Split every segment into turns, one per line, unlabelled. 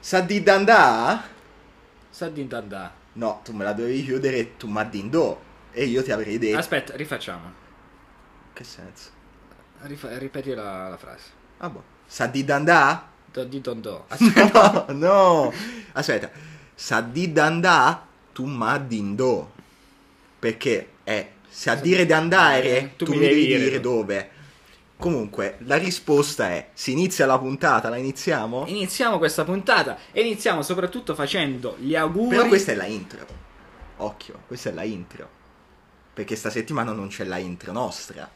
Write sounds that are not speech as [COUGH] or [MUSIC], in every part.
Saddi Dandà?
Sa di dandà.
No, tu me la dovevi chiudere tu ma dindo. E io ti avrei detto...
Aspetta, rifacciamo.
Che senso?
Rifa- ripeti la, la frase.
Ah boh. Saddi Dandà? [LAUGHS]
Do- Ah, Di dondò.
No, no. Aspetta. Saddi Dandà? Tu ma dindo. Perché è... Se a dire di andare, tu, mi devi dire, dove. Comunque, la risposta è... Si inizia la puntata, la iniziamo?
Iniziamo questa puntata e iniziamo soprattutto facendo gli auguri.
Però questa è la intro. Occhio, questa è la intro. Perché sta settimana non c'è la intro nostra.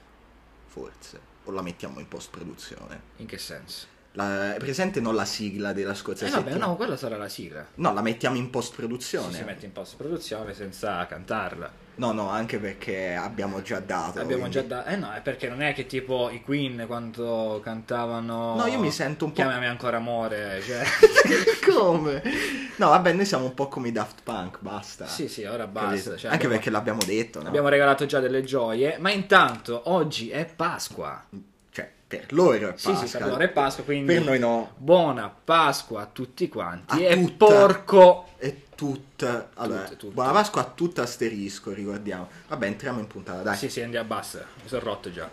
Forse. O la mettiamo in post produzione.
In che senso?
È presente non la sigla della scorsa
Eh vabbè,
settimana?
no, quella sarà la sigla.
No, la mettiamo in post
Si,
produzione.
si mette in post produzione senza cantarla.
No, no, anche perché abbiamo già dato.
Abbiamo
quindi-
già da... Eh no, è perché non è che tipo i Queen quando cantavano...
No, io mi sento un po'-
Chiamami ancora amore, cioè...
[LAUGHS] [LAUGHS] Come? No, vabbè, noi siamo un po' come i Daft Punk, basta.
sì, sì, ora
Capito?
basta. cioè,
anche
abbiamo-
perché l'abbiamo detto, no?
Abbiamo regalato già delle gioie, ma intanto oggi è Pasqua.
Cioè, per loro è
Sì,
Pasqua.
sì, per loro è Pasqua, quindi...
Per noi no.
Buona Pasqua a tutti quanti
A
e
tutta.
porco...
E tutta. Allora,
Tutte, tutte.
Buona Pasqua a tutta asterisco, ricordiamo. Vabbè, entriamo in puntata, dai.
Sì, sì, andiamo, basta. Mi sono rotto già.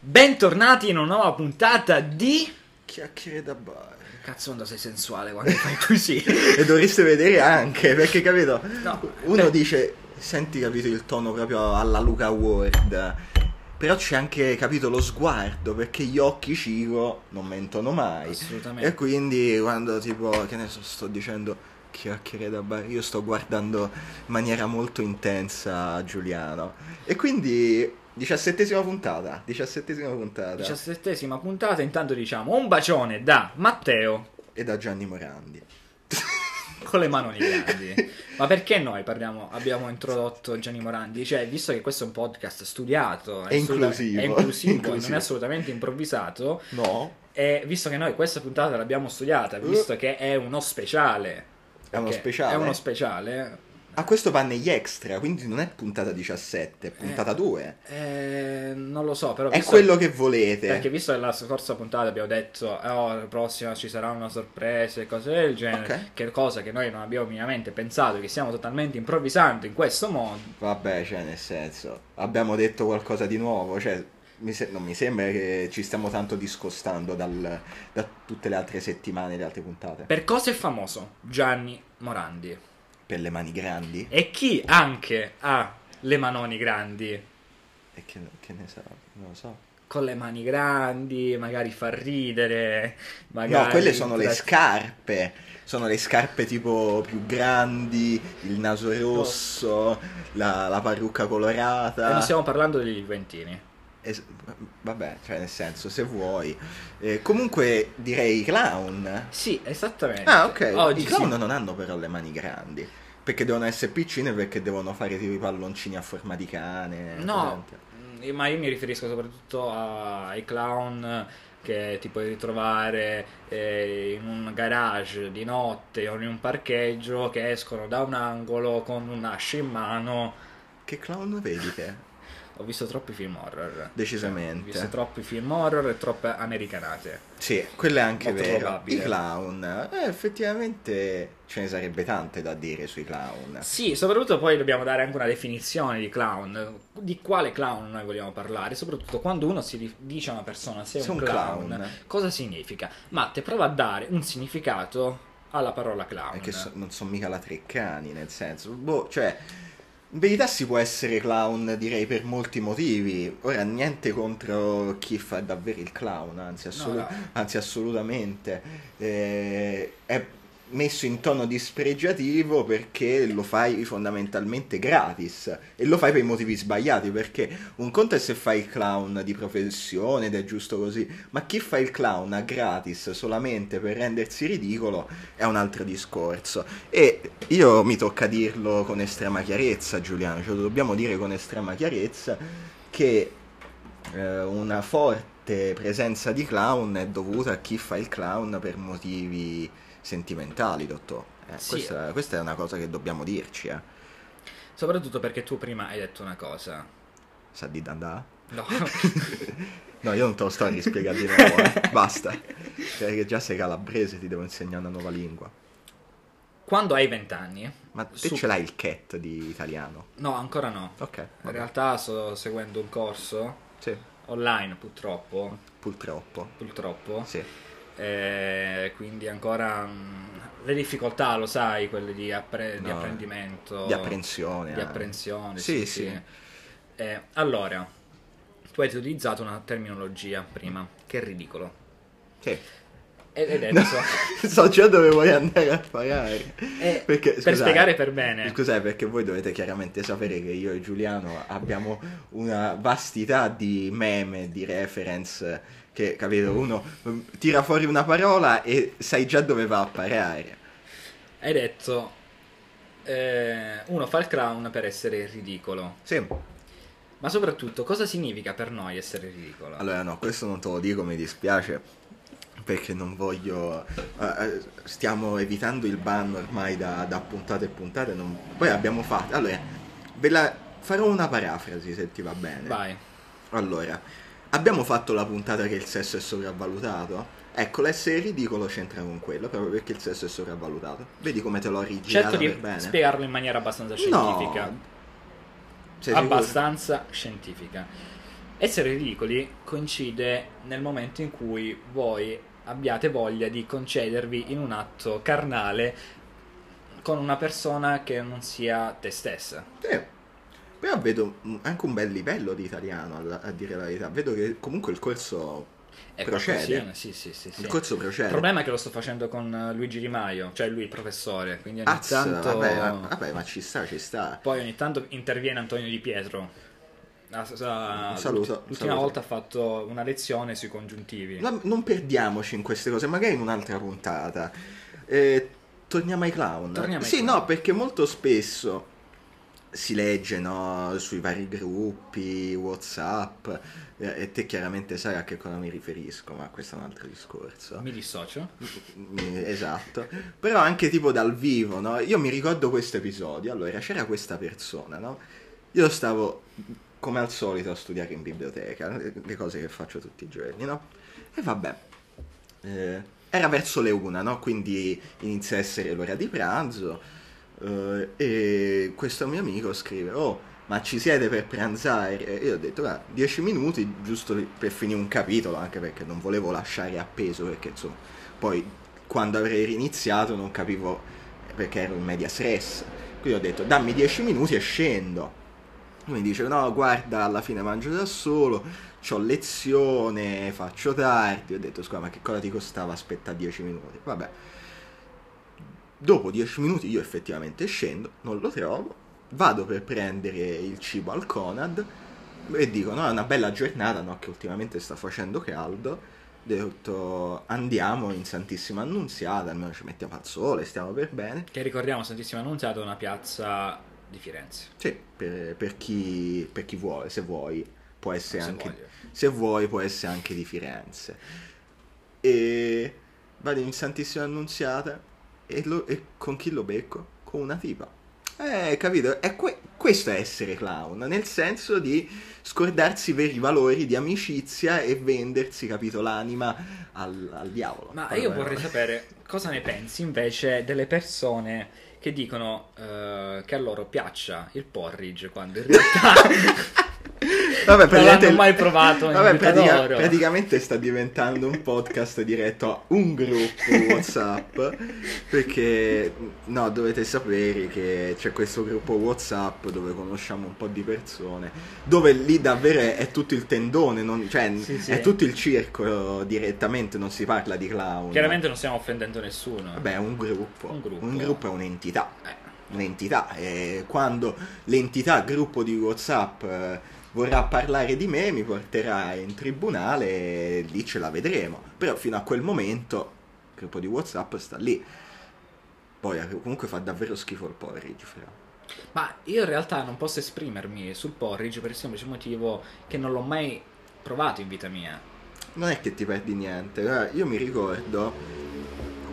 Bentornati in una nuova puntata di...
Chiacchiere da bar.
Cazzo, onda sei sensuale [LAUGHS] quando fai così.
E dovreste vedere anche, perché capito?
No,
Uno dice, senti capito il tono proprio alla Luca Ward, però c'è anche capito lo sguardo, perché gli occhi Cico non mentono mai.
Assolutamente.
E quindi quando tipo, che ne so, sto dicendo chiacchiere da bar, io sto guardando in maniera molto intensa Giuliano. E quindi, diciassettesima puntata, diciassettesima puntata.
Diciassettesima puntata, intanto diciamo un bacione da Matteo
E da Gianni Morandi.
con le mani grandi. Ma perché noi parliamo, abbiamo introdotto Gianni Morandi? Cioè, visto che questo è un podcast studiato,
È
assoluta-
inclusivo.
è inclusivo, non
Inclusivo.
è assolutamente improvvisato,
[LAUGHS] No?
e visto che noi questa puntata l'abbiamo studiata, visto che è uno speciale,
Uh. È uno
perché
speciale.
è uno speciale,
A questo va negli extra, quindi non è puntata 17, è puntata
Eh.
2.
eh, non lo so, però...
È
visto-
quello che volete.
Perché visto che la scorsa puntata abbiamo detto eh, oh, la prossima ci sarà una sorpresa e cose del genere,
Ok.
che cosa che noi non abbiamo minimamente pensato, che stiamo totalmente improvvisando in questo modo.
Vabbè, cioè, nel senso, abbiamo detto qualcosa di nuovo, cioè, mi se- non mi sembra che ci stiamo tanto discostando dal- da tutte le altre settimane, le altre puntate.
Per cosa è famoso Gianni Morandi?
Per le mani grandi?
E chi anche ha le manoni grandi?
E che, che ne so, non lo so.
Con le mani grandi, magari fa ridere, magari...
no, quelle sono le
tra-
scarpe. Sono le scarpe tipo più grandi, il naso rosso, la, la parrucca
E non
colorata.
Eh, stiamo parlando degli Juventini.
Es- vabbè, cioè nel senso, se vuoi. Eh, comunque direi i clown.
Sì, esattamente.
Ah, ok.
Oggi
I
si-
clown non hanno però le mani grandi. Perché devono essere piccine e perché devono fare tipo i palloncini a forma di cane.
No,
presente?
mh, ma io mi riferisco soprattutto a- ai clown che ti puoi ritrovare eh, in un garage di notte o in un parcheggio che escono da un angolo con un ascio in mano.
Che clown vedi te?
Ho visto troppi film horror. Ho
Decisamente.
visto troppi film horror e troppe americanate.
Sì, quello è anche
Molto
vero.
probabile.
I clown. eh, effettivamente ce ne sarebbe tante da dire sui clown.
Sì, soprattutto poi dobbiamo dare anche una definizione di clown, di quale clown noi vogliamo parlare, soprattutto quando uno si ri- dice a una persona sei
Sei
un
un
clown,
clown.
cosa significa? Matte, prova a dare un significato alla parola clown.
E eh, che so- non sono mica la Treccani, nel senso, boh, cioè, in verità si può essere clown, direi, per molti motivi. Ora, niente contro chi fa davvero il clown, anzi, assolu-
No, no.
anzi, assolutamente. Eh, è messo in tono dispregiativo perché lo fai fondamentalmente gratis e lo fai per i motivi sbagliati perché un conto è se fai il clown di professione ed è giusto così ma chi fa il clown a gratis solamente per rendersi ridicolo è un altro discorso e io mi tocca dirlo con estrema chiarezza Giuliano cioè lo dobbiamo dire con estrema chiarezza che eh, una forte presenza di clown è dovuta a chi fa il clown per motivi sentimentali, dottore. Eh,
Sì.
questa, questa è una cosa che dobbiamo dirci, eh.
Soprattutto perché tu prima hai detto una cosa.
Sa di dandà? [LAUGHS]
No.
No, io non te lo sto a rispiegare di nuovo,
[LAUGHS]
eh. basta. Perché già sei calabrese, ti devo insegnare una nuova lingua.
Quando hai vent'anni...
Ma te
su-
ce l'hai il cat di italiano?
No, ancora no.
Ok,
In
vabbè.
realtà sto seguendo un corso
Sì,
online, purtroppo.
purtroppo.
Purtroppo.
Sì.
Eh, quindi ancora mm, le difficoltà, lo sai, quelle di, appre- di
No,
apprendimento,
Di apprensione.
Oh. di
eh.
apprensione,
Sì,
sì,
sì.
sì. Eh, allora, tu hai utilizzato una terminologia prima, che è ridicolo.
Sì.
Ed ed
[LAUGHS]
è
No,
adesso-
so già dove vuoi andare a pagare.
Eh,
Perché,
per
scusate,
spiegare per bene.
Scusate, perché voi dovete chiaramente sapere che io e Giuliano abbiamo una vastità di meme, di reference, che, capito, uno mm, tira fuori una parola e sai già dove va a parare.
Hai detto, eh, uno fa il clown per essere ridicolo.
Sì.
Ma soprattutto, cosa significa per noi essere ridicolo?
Allora no, questo non te lo dico, mi dispiace, perché non voglio... eh, eh, stiamo evitando il ban ormai da, da puntate e puntate, non- poi abbiamo fatto... Allora, ve la farò una parafrasi se ti va bene.
Vai.
Allora, abbiamo fatto la puntata che il sesso è sopravvalutato? Ecco, l'essere ridicolo c'entra con quello, proprio perché il sesso è sopravvalutato. Vedi come te l'ho rigirato
Certo di
per bene?
spiegarlo in maniera abbastanza
No.
scientifica.
Sei sicuro?
abbastanza scientifica. Essere ridicoli coincide nel momento in cui voi abbiate voglia di concedervi in un atto carnale con una persona che non sia te stessa.
Sì. Però vedo mm, anche un bel livello di italiano, alla- a dire la verità. Vedo che comunque il corso,
È
Procede.
qualcosina, Ecco, Sì, sì, sì, sì.
il corso procede.
Il problema è che lo sto facendo con eh, Luigi Di Maio, cioè lui il professore, quindi ogni
Azz,
tanto...
vabbè, ah, va- vabbè, ma ci sta, ci sta.
Poi ogni tanto interviene Antonio Di Pietro. Ah, sa- sa-
Un saluto, un
L'ultima
saluto. Esatto.
volta ha fatto una lezione sui congiuntivi.
No, non perdiamoci in queste cose, magari in un'altra puntata. Eh, torniamo ai clown.
Torniamo ai
sì,
clown.
no, perché molto spesso si legge no, sui vari gruppi, Whatsapp, eh, e te chiaramente sai a che cosa mi riferisco, ma questo è un altro discorso.
Mi dissocio.
Mm, Esatto, però anche tipo dal vivo, no? Io mi ricordo questo episodio, allora c'era questa persona, no? Io stavo come al solito a studiare in biblioteca, le le cose che faccio tutti i giorni, no? E vabbè, eh, era verso le una, no? Quindi inizia a essere l'ora di pranzo eh, e questo mio amico scrive, oh, ma ci siete per pranzare? E io ho detto, guarda, 10 minuti giusto per finire un capitolo, anche perché non volevo lasciare appeso, perché insomma poi quando avrei riniziato non capivo perché ero in media stress quindi ho detto dammi 10 minuti e scendo lui mi dice no guarda alla fine mangio da solo ho lezione faccio tardi ho detto scusa ma che cosa ti costava aspettare 10 minuti vabbè dopo 10 minuti io effettivamente scendo non lo trovo vado per prendere il cibo al Conad e dico no è una bella giornata no che ultimamente sta facendo caldo ho detto andiamo in Santissima Annunziata, almeno ci mettiamo al sole, stiamo per bene.
Che ricordiamo Santissima Annunziata è una piazza di Firenze.
Sì, per, per chi, per chi vuole, se vuoi, può essere
se
anche
voglio.
se vuoi può essere anche di Firenze. E vado in Santissima Annunziata e, lo- e con chi lo becco? Con una tipa. Eh, capito? È que- questo è essere clown, nel senso di scordarsi i veri valori di amicizia e vendersi, capito, l'anima al, al diavolo.
Ma
Poi
io
però-
vorrei sapere cosa ne pensi invece delle persone che dicono eh, che a loro piaccia il porridge quando
[LAUGHS]
in realtà... [LAUGHS]
Vabbè, praticamente-
l'hanno mai provato in
Vabbè,
vita
pratica-
loro.
praticamente sta diventando un podcast diretto a un gruppo WhatsApp. perché, no, dovete sapere che c'è questo gruppo WhatsApp dove conosciamo un po' di persone. Dove lì davvero è, è tutto il tendone, non- cioè
Sì, sì.
è tutto il circolo direttamente. Non si parla di clown.
Chiaramente non stiamo offendendo nessuno.
Vabbè, è un gruppo.
Un gruppo.
è un'entità.
Eh,
Un'entità. E quando l'entità gruppo di WhatsApp eh, vorrà parlare di me, mi porterà in tribunale e lì ce la vedremo. Però fino a quel momento il gruppo di WhatsApp sta lì. Poi eh, comunque fa davvero schifo il porridge, fra.
Ma io in realtà non posso esprimermi sul porridge per il semplice motivo che non l'ho mai provato in vita mia.
eh. non è che ti perdi niente. Guarda, Io mi ricordo,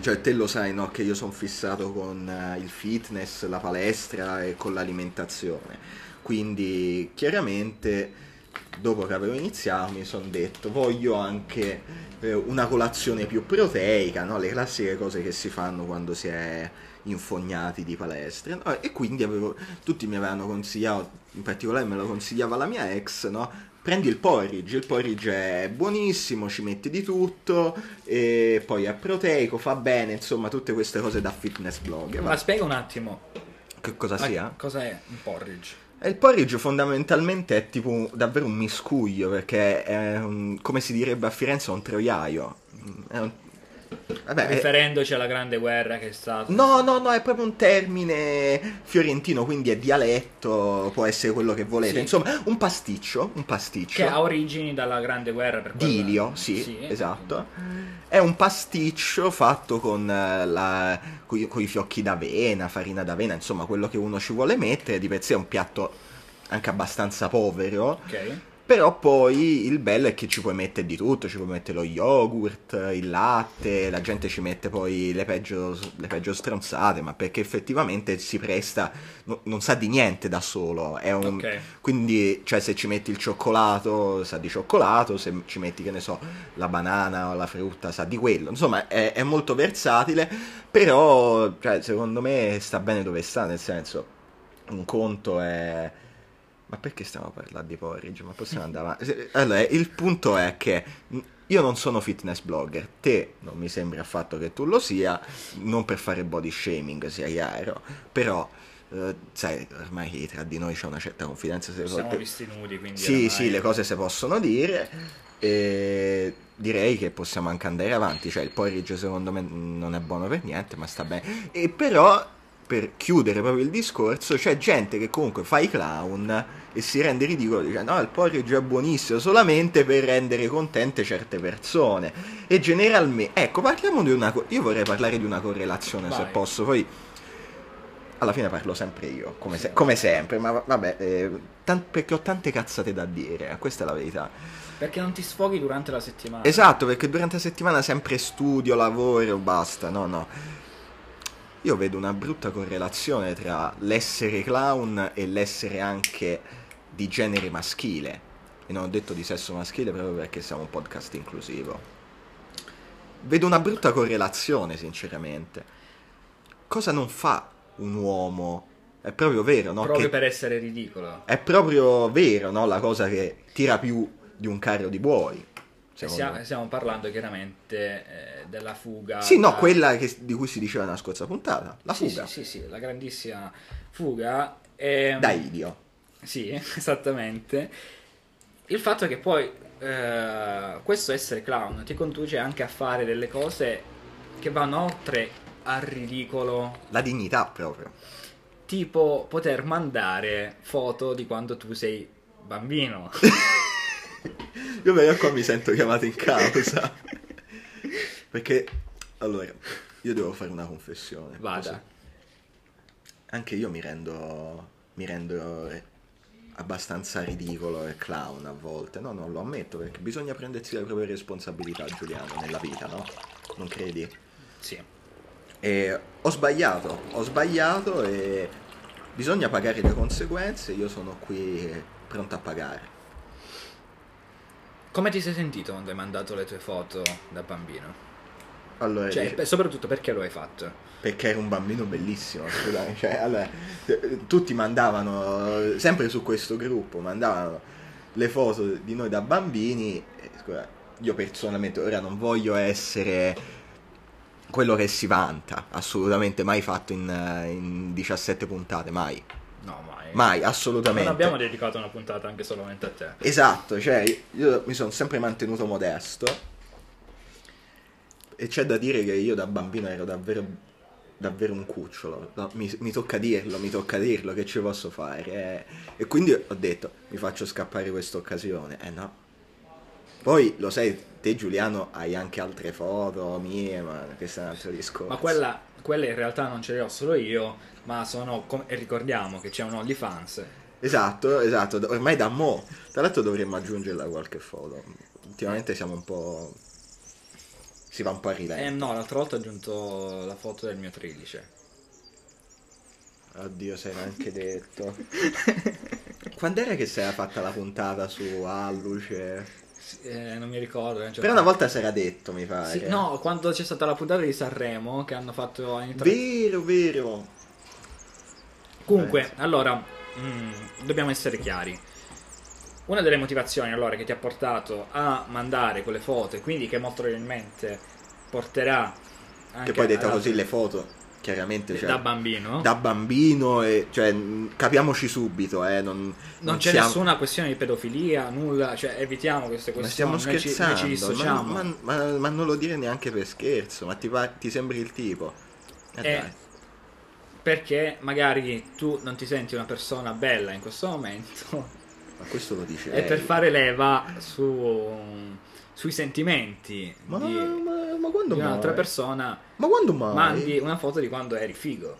Cioè, te lo sai, no? Che io sono fissato con eh, il fitness, la palestra e con l'alimentazione. Quindi, chiaramente, dopo che avevo iniziato, mi sono detto, voglio anche eh, una colazione più proteica, no? Le classiche cose che si fanno quando si è infognati di palestra. no? E quindi avevo, tutti mi avevano consigliato, in particolare me lo consigliava la mia ex, no? Prendi il porridge, il porridge è buonissimo, ci metti di tutto, e poi è proteico, fa bene, insomma, tutte queste cose da fitness blogger.
Ma spiega un attimo.
Che cosa
Ma
sia?
Cosa è un porridge?
E il porridge fondamentalmente è tipo un- davvero un miscuglio, perché è un- come si direbbe a Firenze, un troiaio. È un- Vabbè, è-
Riferendoci alla grande guerra che è stata.
eh, No, no, no, è proprio un termine fiorentino, quindi è dialetto, può essere quello che volete.
Sì.
Insomma, un pasticcio, un pasticcio.
Che ha origini dalla grande guerra per quella-
Dilio, sì, esatto. È un pasticcio fatto con, eh, la, coi- coi fiocchi d'avena, farina d'avena, insomma, quello che uno ci vuole mettere. Di per sé è un piatto anche abbastanza povero.
Ok.
Però poi il bello è che ci puoi mettere di tutto, ci puoi mettere lo yogurt, il latte, la gente ci mette poi le peggio, le peggio stronzate, ma perché effettivamente si presta, no- non sa di niente da solo, è un,
Ok.
quindi, cioè, se ci metti il cioccolato, sa di cioccolato, se ci metti, che ne so, la banana o la frutta, sa di quello. Insomma, è, è molto versatile, però, cioè, secondo me sta bene dove sta, nel senso, un conto è... Ma perché stiamo parlando di porridge? Ma possiamo andare avanti? Se- Allora, il punto è che mh, io non sono fitness blogger, te non mi sembra affatto che tu lo sia, non per fare body shaming, sia chiaro, però... Eh, sai, ormai tra di noi c'è una certa confidenza. Se
Siamo visti nudi, quindi.
Sì,
oramai-
sì, le cose si possono dire. E direi che possiamo anche andare avanti. Cioè, il porridge secondo me non è buono per niente, ma sta bene. E però, per chiudere proprio il discorso, c'è gente che comunque fa i clown e si rende ridicolo dicendo no, il porridge è buonissimo solamente per rendere contente certe persone. E generalmente, ecco, parliamo di una... co- io vorrei parlare di una correlazione, se
Vai.
posso, poi... Alla fine parlo sempre io, come, se- come sempre, ma va- vabbè, eh, tan- perché ho tante cazzate da dire, eh, questa è la verità.
Perché non ti sfoghi durante la settimana.
Esatto, perché durante la settimana sempre studio, lavoro, basta, no, no. Io vedo una brutta correlazione tra l'essere clown e l'essere anche di genere maschile. E non ho detto di sesso maschile proprio perché siamo un podcast inclusivo. Vedo una brutta correlazione, sinceramente. Cosa non fa un uomo? È proprio vero, no?
Proprio
Che-
per essere ridicolo.
È proprio vero, no? La cosa che tira più di un carro di buoi. secondo me.
Cioè, Stiamo, stiamo parlando chiaramente eh, della fuga.
Sì, no,
da-
quella che- di cui si diceva nella scorsa puntata, la
Sì,
fuga.
Sì, sì, sì, la grandissima fuga. ehm,
Da Idio.
Sì, [LAUGHS] esattamente. Il fatto è che poi eh, questo essere clown ti conduce anche a fare delle cose che vanno oltre al ridicolo,
La dignità proprio. [LAUGHS]
tipo poter mandare foto di quando tu sei
[LAUGHS]
bambino.
Io però qua mi sento chiamato in causa. [LAUGHS] Perché, allora, io devo fare una confessione.
Vada.
Così. Anche io mi rendo, mi rendo abbastanza ridicolo e clown a volte. No, non lo ammetto perché bisogna prendersi le proprie responsabilità, Giuliano, nella vita, no? Non credi?
Sì.
E ho sbagliato, ho sbagliato e bisogna pagare le conseguenze, io sono qui pronto a pagare.
Come ti sei sentito quando hai mandato le tue foto da bambino?
Allora,
Cioè,
dice-
beh, soprattutto perché lo hai fatto?
perché era un bambino bellissimo, scusami, cioè, allora, eh, tutti mandavano, eh, sempre su questo gruppo, mandavano le foto di noi da bambini, eh, scusa, io personalmente ora non voglio essere quello che si vanta, assolutamente mai fatto in, eh, in 17 puntate, mai,
No, mai.
mai,
non
assolutamente.
abbiamo dedicato una puntata anche solamente a te.
Esatto, cioè io mi sono sempre mantenuto modesto e c'è da dire che io da bambino ero davvero, davvero un cucciolo, No, mi, mi tocca dirlo, mi tocca dirlo, che ci posso fare? Eh, E quindi ho detto, mi faccio scappare questa occasione, eh no. Poi lo sai, te Giuliano hai anche altre foto mie, ma questo è un altro discorso.
Ma quella, quelle in realtà non ce le ho solo io, ma sono. com- e ricordiamo che c'è un OnlyFans.
Esatto, esatto, da- ormai da mo. Tra l'altro dovremmo aggiungerla a qualche foto. Ultimamente siamo un po'. si va un po' a rilento.
Eh no, l'altra volta ho aggiunto la foto del mio trilice. Eh,
Oddio, sei anche detto. Quando era che si era fatta la puntata su Alluce?
Eh, non mi ricordo. eh, cioè-
Però una volta eh. si era detto, mi pare.
Sì, no, quando c'è stata la puntata di Sanremo che hanno fatto in tre-
Vero, vero.
Comunque,
Penso.
allora, mm, dobbiamo essere chiari. Una delle motivazioni allora che ti ha portato a mandare quelle foto e quindi che molto probabilmente porterà anche
che poi detta
alla-
così le foto, chiaramente. Cioè,
da bambino.
da bambino, e, cioè, mh, capiamoci subito, eh, non,
non c'è
siamo-
nessuna questione di pedofilia, nulla, cioè evitiamo queste
Ma
questioni.
stiamo
noi ci-
scherzando,
noi ci
ma,
dissociamo.
ma- ma- ma non lo dire neanche per scherzo, ma ti, pa- ti sembri il tipo. Eh,
Eh,
dai.
Perché magari tu non ti senti una persona bella in questo momento
Ma questo lo dice
e
lei.
per fare leva su- sui sentimenti
Ma,
di,
ma- ma quando
di
mai?
un'altra persona
Ma quando mai?
mandi una foto di quando eri figo.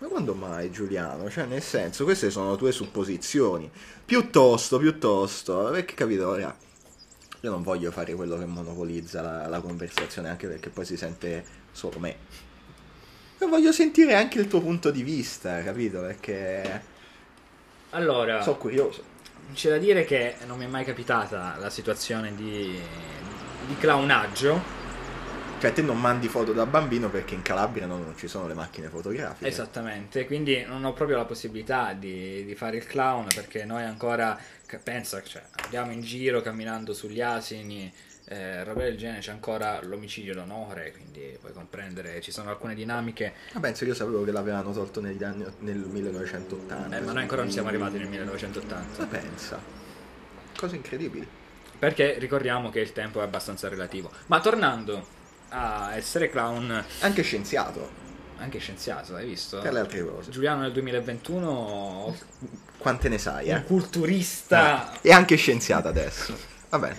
Ma quando mai, Giuliano? Cioè, nel senso, queste sono tue supposizioni. Piuttosto, piuttosto, perché capito, ora, io non voglio fare quello che monopolizza la, la conversazione, anche perché poi si sente solo me. Ma voglio sentire anche il tuo punto di vista, capito? Perché
Allora,
sono curioso.
c'è da dire che non mi è mai capitata la situazione di, di clownaggio.
Cioè, te non mandi foto da bambino perché in Calabria no, non ci sono le macchine fotografiche.
Esatto. Esattamente, quindi non ho proprio la possibilità di, di fare il clown perché noi ancora, che pensa, cioè, andiamo in giro camminando sugli asini, eh, roba del genere, c'è ancora l'omicidio d'onore, quindi puoi comprendere, ci sono alcune dinamiche,
Ma penso, io sapevo che l'avevano tolto negli anni, nel 1980.
eh, ma noi ancora non siamo arrivati nel 1980,
Cosa pensa? Cose incredibili.
perché ricordiamo che il tempo è abbastanza relativo. Ma tornando a essere clown,
Anche scienziato.
anche scienziato, hai visto?
Tra le altre cose.
Giuliano nel 2021,
Quante ne sai,
un
eh? Ah.
culturista...
E anche scienziata adesso. Vabbè.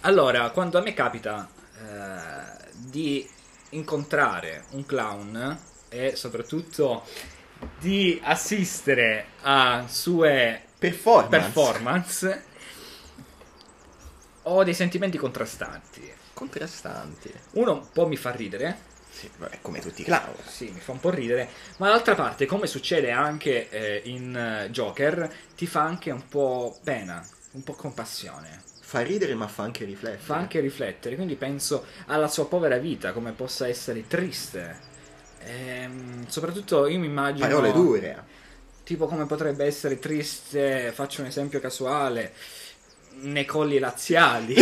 Allora, quando a me capita eh, di incontrare un clown e soprattutto di assistere a sue
Performance.
performance, ho dei sentimenti contrastanti.
Contrastanti.
Uno un po' mi fa ridere,
Sì, vabbè, come tutti i clown.
sì, mi fa un po' ridere, ma d'altra parte, come succede anche eh, in eh, Joker, ti fa anche un po' pena, un po' compassione.
Fa ridere ma fa anche riflettere.
fa anche riflettere, quindi penso alla sua povera vita, come possa essere triste. Ehm, soprattutto io mi immagino
Parole dure.
tipo come potrebbe essere triste, faccio un esempio casuale, nei
[LAUGHS]
colli laziali.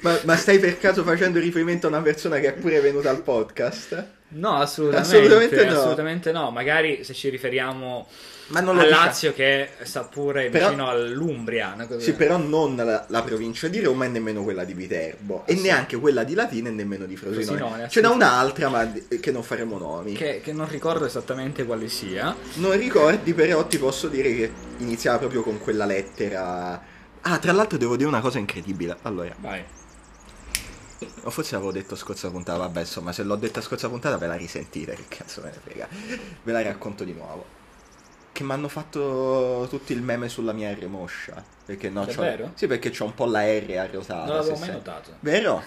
Ma, ma stai per caso facendo riferimento a una persona che è pure venuta al podcast?
No, assolutamente,
Assolutamente no.
assolutamente no. Magari se ci riferiamo
Ma non lo
a
diciamo.
Lazio che sta pure
Però-
vicino all'Umbria, una cosa
Sì, però non la, la provincia di Roma e nemmeno quella di Viterbo. E
Assolut-
neanche quella di Latina e nemmeno di Frosinone.
Frosinone,
Ce n'è
assolut-
un'altra, ma di- che non faremo nomi.
che, che non ricordo esattamente quale sia.
Non ricordi, però ti posso dire che iniziava proprio con quella lettera. Ah, tra l'altro devo dire una cosa incredibile. Allora,
Vai.
o forse l'avevo detto scorsa puntata, vabbè, insomma, se l'ho detta scorsa puntata ve la risentite, [LAUGHS] che cazzo me ne frega. Ve la racconto di nuovo. Che mi hanno fatto tutti il meme sulla mia R moscia. Perché no, c'ho-
Davvero?
Sì, perché c'ho un po' la R arrotata.
Non l'avevo
se
mai
sai.
notato.
Vero?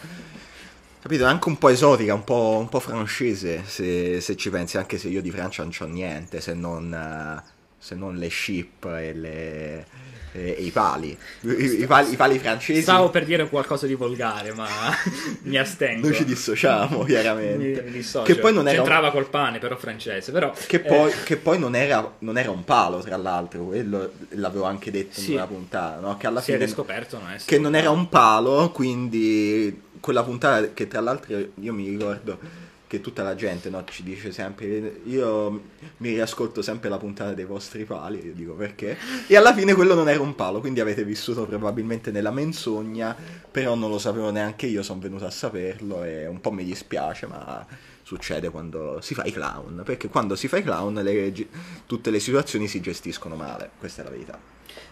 Capito? È Anche un po' esotica, un po', un po' francese, se, se ci pensi, anche se io di Francia non c'ho niente, se non, eh, se non le ship e, le- e- e i pali. I, i pali. i pali francesi
Stavo per dire qualcosa di volgare, ma [LAUGHS] mi astengo.
noi ci dissociamo,
Mi-
chiaramente.
mi dissocio.
Che poi non era un-
C'entrava col pane, però francese. Però,
Che
eh,
poi, che poi non, era, non era un palo, tra l'altro, quello l'avevo anche detto
Sì.
in una puntata, no? che alla
eh, si è
fine
riscoperto non è
che non era un palo, quindi quella puntata che tra l'altro io mi ricordo che tutta la gente no, ci dice sempre io mi riascolto sempre la puntata dei vostri pali, io dico perché, e alla fine quello non era un palo, quindi avete vissuto probabilmente nella menzogna, però non lo sapevo neanche io, sono venuto a saperlo e un po' mi dispiace, ma succede quando si fa i clown, perché quando si fa i clown le gi- tutte le situazioni si gestiscono male, questa è la verità.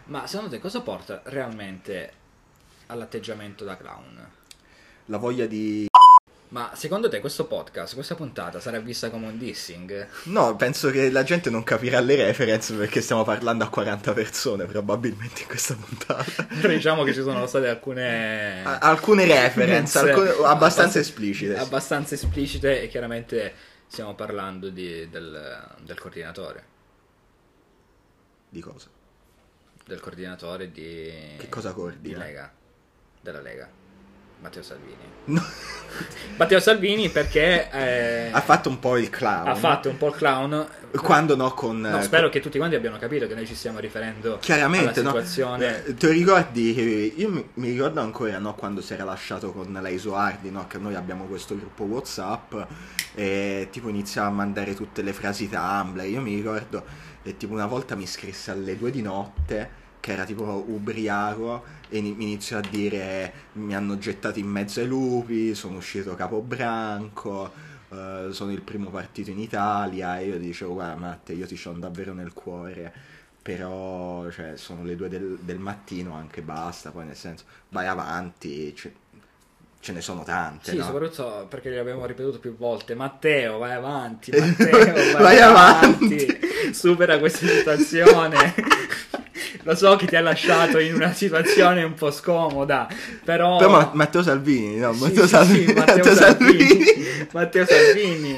Ma secondo te cosa porta realmente all'atteggiamento da clown?
La voglia di...
Ma secondo te questo podcast, questa puntata sarà vista come un dissing? [LAUGHS]
No, penso che la gente non capirà le reference perché stiamo parlando a 40 persone probabilmente in questa puntata.
Però diciamo che ci sono state alcune...
A- alcune reference, alcune- abbastanza
Abbast-
esplicite. sì.
abbastanza esplicite e chiaramente stiamo parlando di- del, del coordinatore.
Di cosa?
Del coordinatore di...
Che cosa coordina?
Di Lega. Della Lega. Matteo Salvini.
No.
Matteo Salvini perché... eh,
Ha fatto un po' il clown.
ha fatto un po' il clown.
Quando no con... eh,
No, spero che tutti quanti abbiano capito che noi ci stiamo riferendo
Chiaramente,
alla
no?
situazione.
Eh, Ti ricordi? che- Io mi- mi ricordo ancora no, quando si era lasciato con la Isoardi, no, che noi abbiamo questo gruppo WhatsApp e tipo iniziava a mandare tutte le frasi Tumblr. Io mi ricordo, e tipo una volta mi iscrisse alle due di notte, che era tipo ubriaco, e ni- mi iniziò a dire mi hanno gettato in mezzo ai lupi, sono uscito capobranco. eh, sono il primo partito in Italia e io dicevo guarda Matte io ti ho davvero nel cuore però cioè, sono le due del, del mattino anche basta poi nel senso vai avanti ce, ce ne sono tante
Sì,
no?
soprattutto perché l'abbiamo ripetuto più volte. Matteo, vai
[LAUGHS]
avanti,
Eh,
Matteo, vai,
vai
avanti.
avanti.
Supera questa situazione. [LAUGHS] Lo so che ti ha lasciato in una situazione un po' scomoda, però...
però Ma- Matteo Salvini no
Sì,
Matteo
sì,
Salvini
sì, Matteo Salvini. Matteo Salvini.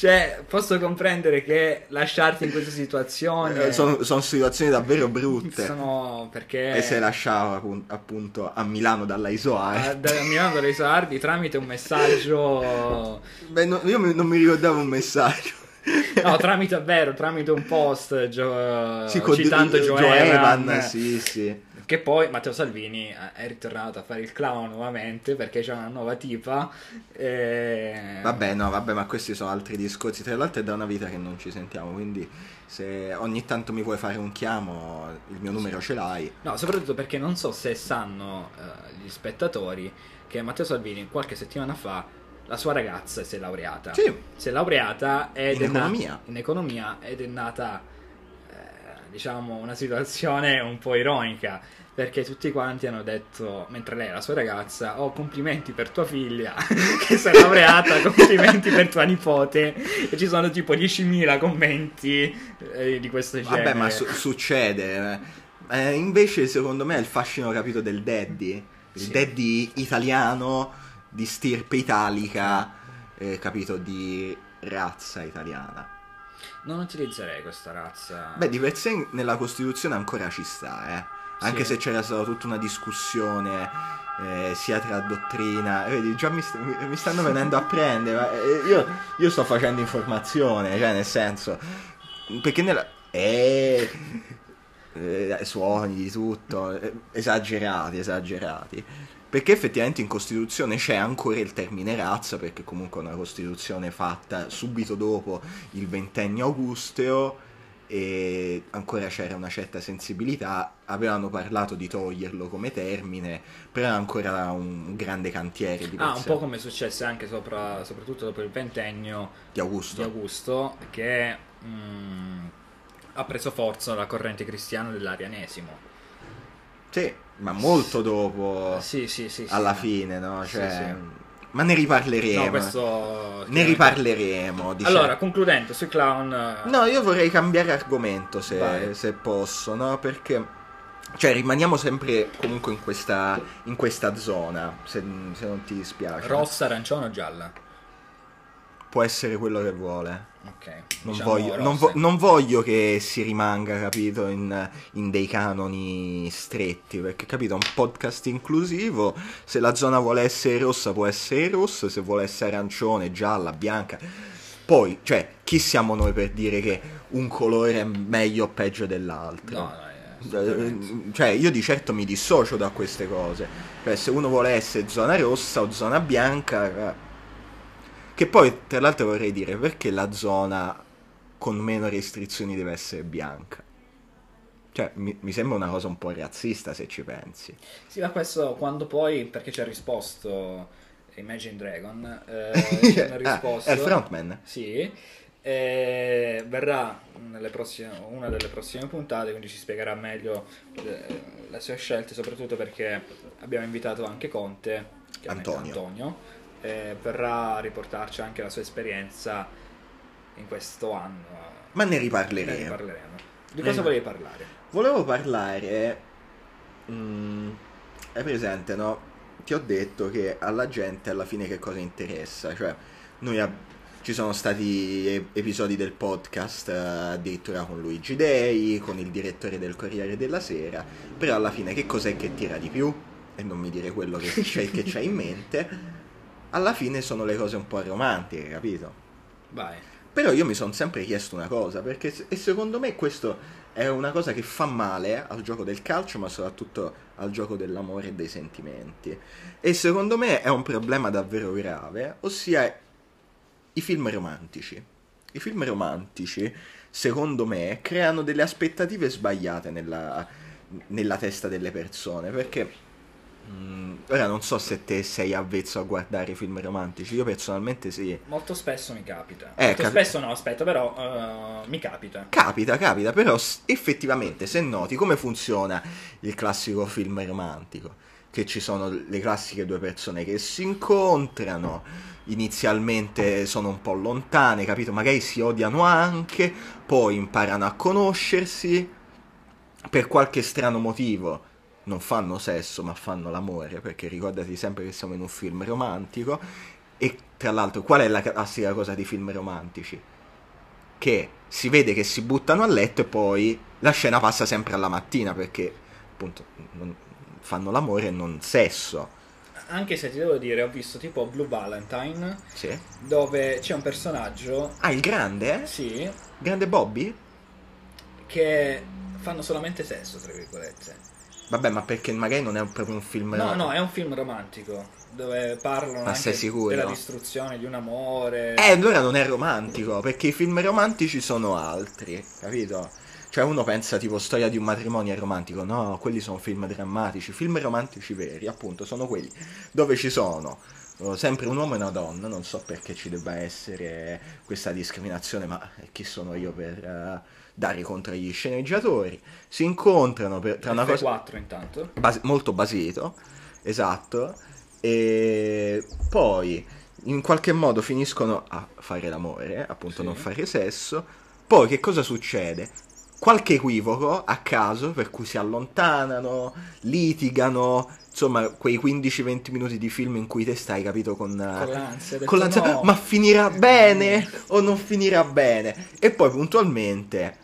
Cioè, posso comprendere che lasciarti in questa situazione...
[LAUGHS] Eh, sono, sono situazioni davvero brutte
sono perché...
e se lasciava appun- appunto a Milano dalla eh.
a-
Isoar
Ah, da Milano dalle Sardi tramite un messaggio
Beh, no- io mi- non mi ricordavo un messaggio
No, tramite vero, tramite un post gio-
Sì, con-
Eh, citando Eh.
Joe
Joevan,
Evan, sì sì
che poi Matteo Salvini eh, è ritornato a fare il clown nuovamente perché c'è una nuova tipa. eh, e-
Vabbè, no, vabbè, ma questi sono altri discorsi. Tra l'altro è da una vita che non ci sentiamo, quindi se ogni tanto mi vuoi fare un chiamo, il mio numero ce l'hai.
No, soprattutto perché non so se sanno eh, gli spettatori che Matteo Salvini qualche settimana fa la sua ragazza si è laureata.
Sì,
Si è laureata ed
In
Ah. è nata-
economia.
in economia ed è nata, eh, diciamo, una situazione un po' ironica. Perché tutti quanti hanno detto, mentre lei è la sua ragazza, oh complimenti per tua figlia [LAUGHS] che si è
[LAUGHS]
laureata, complimenti per tua nipote. E ci sono tipo 10.000 commenti eh, di questo genere.
vabbè, ma su- succede. Eh, invece, secondo me, è il fascino capito del daddy. Il
Sì.
daddy italiano di stirpe italica, eh, capito, di razza italiana.
Non utilizzerei questa razza.
Beh, di per sé nella Costituzione ancora ci sta, eh. Anche
Sì.
se c'era stata tutta una discussione eh, sia tra dottrina. Vedi, già mi, st- mi- mi stanno venendo
[LAUGHS]
a prendere. ma, eh, io, io sto facendo informazione, cioè nel senso. Perché nella. Eh, eh, suoni di tutto. eh, esagerati, esagerati. Perché effettivamente in Costituzione c'è ancora il termine razza, perché comunque è una Costituzione fatta subito dopo il ventennio augusteo e ancora c'era una certa sensibilità, avevano parlato di toglierlo come termine, però era ancora un grande cantiere di,
Ah,
per
un
sé,
po' come successe anche sopra, soprattutto dopo il ventennio
di Augusto.
di Augusto, che mm, ha preso forza la corrente cristiana dell'arianesimo.
Sì, ma molto dopo,
Eh, Sì, sì, sì. sì.
Oh. alla fine, no?
Sì,
Cioè, eh, Ma ne riparleremo.
No, questo...
Ne riparleremo. Diciamo.
Allora, concludendo, sui clown... eh,
No, io vorrei cambiare argomento se,
Vai.
se posso, no? Perché. Cioè, rimaniamo sempre comunque in questa, in questa zona, se, se non ti dispiace.
Rossa, arancione o gialla?
Può essere quello che vuole.
Ok.
Non,
diciamo
voglio, non vo-
rossa.
non voglio che si rimanga, capito, in, in dei canoni stretti, perché, capito, è un podcast inclusivo, se la zona vuole essere rossa può essere rossa, se vuole essere arancione, gialla, bianca. Poi, cioè, chi siamo noi per dire che un colore è meglio o peggio dell'altro?
No, no, eh, assolutamente.
Eh, Cioè, io di certo mi dissocio da queste cose. Cioè, se uno vuole essere zona rossa o zona bianca. eh. Che poi, tra l'altro, vorrei dire perché la zona con meno restrizioni deve essere bianca. Cioè, mi, mi sembra una cosa un po' razzista se ci pensi.
Sì, ma questo quando poi, perché ci ha risposto Imagine Dragon, eh, ci hanno
[LAUGHS] Ah,
risposto...
è il frontman.
Sì, eh, verrà nelle prossime- una delle prossime puntate, quindi ci spiegherà meglio eh, le sue scelte, soprattutto perché abbiamo invitato anche Conte si chiama
Antonio.
Antonio, eh, verrà a riportarci anche la sua esperienza in questo anno.
Ma ne
Ne
riparleremo.
riparleremo. Di
Eh,
cosa
no.
volevi parlare?
Volevo parlare. mm, è presente, no? Ti ho detto che alla gente alla fine che cosa interessa. Cioè, noi ab- ci sono stati e- episodi del podcast eh, addirittura con Luigi Dei, con il direttore del Corriere della Sera. Però alla fine che cos'è che tira di più? E non mi dire quello che c'è, che c'hai in mente. Alla fine sono le cose un po' romantiche, capito?
Vai.
Però io mi sono sempre chiesto una cosa, perché se- e secondo me questo è una cosa che fa male al gioco del calcio, ma soprattutto al gioco dell'amore e dei sentimenti. E secondo me è un problema davvero grave, ossia i film romantici. I film romantici, secondo me, creano delle aspettative sbagliate nella, nella testa delle persone, perché... mm, Ora non so se te sei avvezzo a guardare film romantici, io personalmente sì.
Molto spesso mi capita.
Eh,
Molto
capi-
spesso no, aspetta, però eh, mi capita.
Capita, capita, però s- effettivamente se noti come funziona il classico film romantico, che ci sono le classiche due persone che si incontrano, inizialmente sono un po' lontane, capito? Magari si odiano anche, poi imparano a conoscersi, per qualche strano motivo non fanno sesso ma fanno l'amore, perché ricordati sempre che siamo in un film romantico, e tra l'altro qual è la classica cosa di film romantici? che si vede che si buttano a letto e poi la scena passa sempre alla mattina perché appunto non- fanno l'amore e non sesso.
Anche se ti devo dire, ho visto tipo Blue Valentine,
Sì.
dove c'è un personaggio,
Ah, il grande? eh?
sì,
Grande Bobby?
che fanno solamente sesso, tra virgolette.
Vabbè, ma perché magari non è proprio un film
No,
rom-
no, è un film romantico, dove parlano
Ma sei
anche
sicuro?
della distruzione di un amore.
Eh, allora non è romantico, perché i film romantici sono altri, capito? Cioè uno pensa tipo storia di un matrimonio è romantico, no, quelli sono film drammatici, film romantici veri, appunto, sono quelli dove ci sono eh, sempre un uomo e una donna, non so perché ci debba essere questa discriminazione, ma chi sono io per eh, dare contro gli sceneggiatori? Si incontrano per, tra una cosa...
F4 intanto.
Bas- molto basito, esatto, e poi in qualche modo finiscono a fare l'amore, appunto
Sì.
non fare sesso, poi che cosa succede? Qualche equivoco a caso per cui si allontanano, litigano, insomma quei 15-20 minuti di film in cui te stai capito con... eh,
Con l'ansia. ho detto
con la
no. Eh,
ma finirà bene o non finirà bene? E poi puntualmente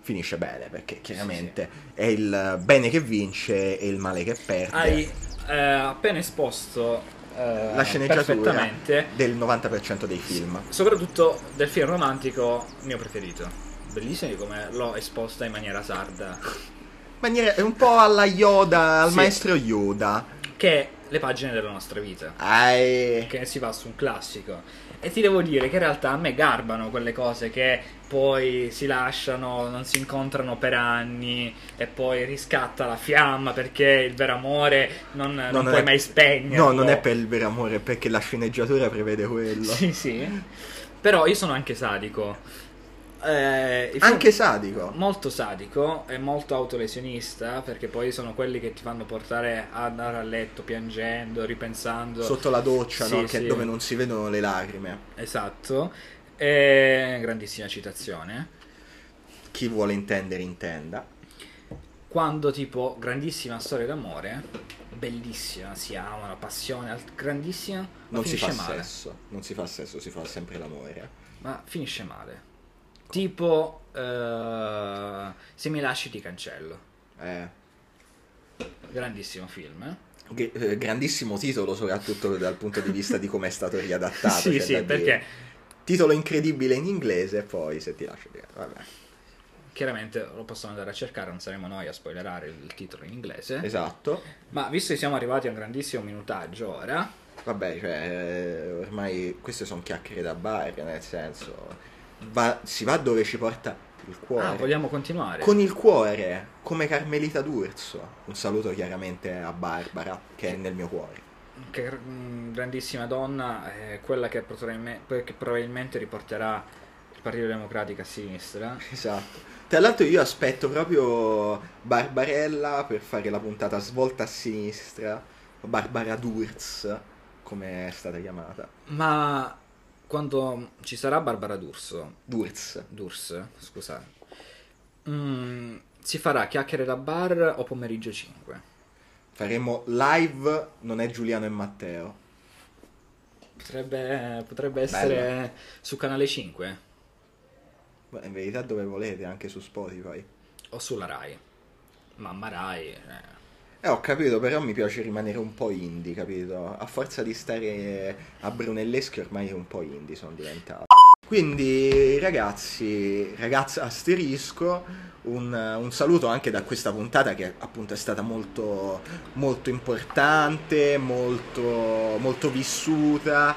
finisce bene perché chiaramente è il bene che vince e il male che perde.
Hai eh, appena esposto eh,
la sceneggiatura
perfettamente,
del 90% dei film.
soprattutto del film romantico mio preferito. Bellissimo di come l'ho esposta in maniera sarda.
Maniera- è un po' alla Yoda, al
Sì.
maestro Yoda.
Che è le pagine della nostra vita.
Ai.
Che si va su un classico. E ti devo dire che in realtà a me garbano quelle cose che poi si lasciano, non si incontrano per anni e poi riscatta la fiamma perché il vero amore non, non
non
puoi
è-
mai spegnere.
No, non è
[LAUGHS]
per il vero amore, è perché la sceneggiatura prevede quello.
Sì, sì. Però io sono anche sadico. Eh, il film-
Anche sadico.
molto sadico e molto autolesionista perché poi sono quelli che ti fanno portare ad andare a letto piangendo, ripensando.
Sotto la doccia,
Sì,
no? Che è
sì.
dove non si vedono le lacrime.
Esatto. E... Grandissima citazione.
Chi vuole intendere, intenda.
Quando tipo grandissima storia d'amore, bellissima, si amano, passione, alt- grandissima, ma
Non si
finisce
fa
male.
sesso, non si fa sesso, si fa sempre l'amore.
Ma finisce male. Tipo eh, Se mi lasci ti cancello.
Eh,
Grandissimo film. eh?
gr- eh, grandissimo titolo, soprattutto dal punto di vista di come è stato riadattato.
[LAUGHS]
c'è
sì,
da
sì,
dire.
perché
Titolo incredibile in inglese, e poi se ti lascio dire. Vabbè.
Chiaramente lo possono andare a cercare, non saremo noi a spoilerare il titolo in inglese.
Esatto.
Ma visto che siamo arrivati a un grandissimo minutaggio ora,
Vabbè, cioè, eh, ormai queste sono chiacchiere da bar, nel senso. va- si va dove ci porta il cuore.
ah, vogliamo continuare.
Con il cuore, come Carmelita D'Urso. Un saluto chiaramente a Barbara, che è nel mio cuore.
Che gr- mh, grandissima donna è quella che, probabilme- che probabilmente riporterà il Partito Democratico a sinistra.
Esatto. Tra l'altro io aspetto proprio Barbarella per fare la puntata svolta a sinistra Barbara Durz, come è stata chiamata.
Ma quando ci sarà Barbara D'Urso,
Durz.
D'Urs, scusate, mm, si farà chiacchiere da bar o pomeriggio 5?
Faremo live, non è Giuliano e Matteo.
Potrebbe, potrebbe essere su canale 5
Ma In verità dove volete, anche su Spotify.
o sulla Rai. Mamma Rai. eh.
Eh, ho capito, però mi piace rimanere un po' indie, capito? A forza di stare a Brunelleschi ormai un po' indie sono diventato. Quindi ragazzi, ragazza asterisco, un, un saluto anche da questa puntata che appunto è stata molto, molto importante, molto, molto vissuta,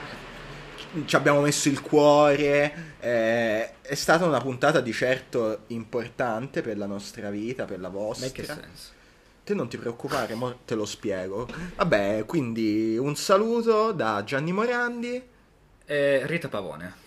ci abbiamo messo il cuore, eh, è stata una puntata di certo importante per la nostra vita, per la
Ma in che
vostra.
senso?
Te non ti preoccupare, mo te lo spiego. Vabbè, quindi un saluto da Gianni Morandi.
Eh, Rita Pavone.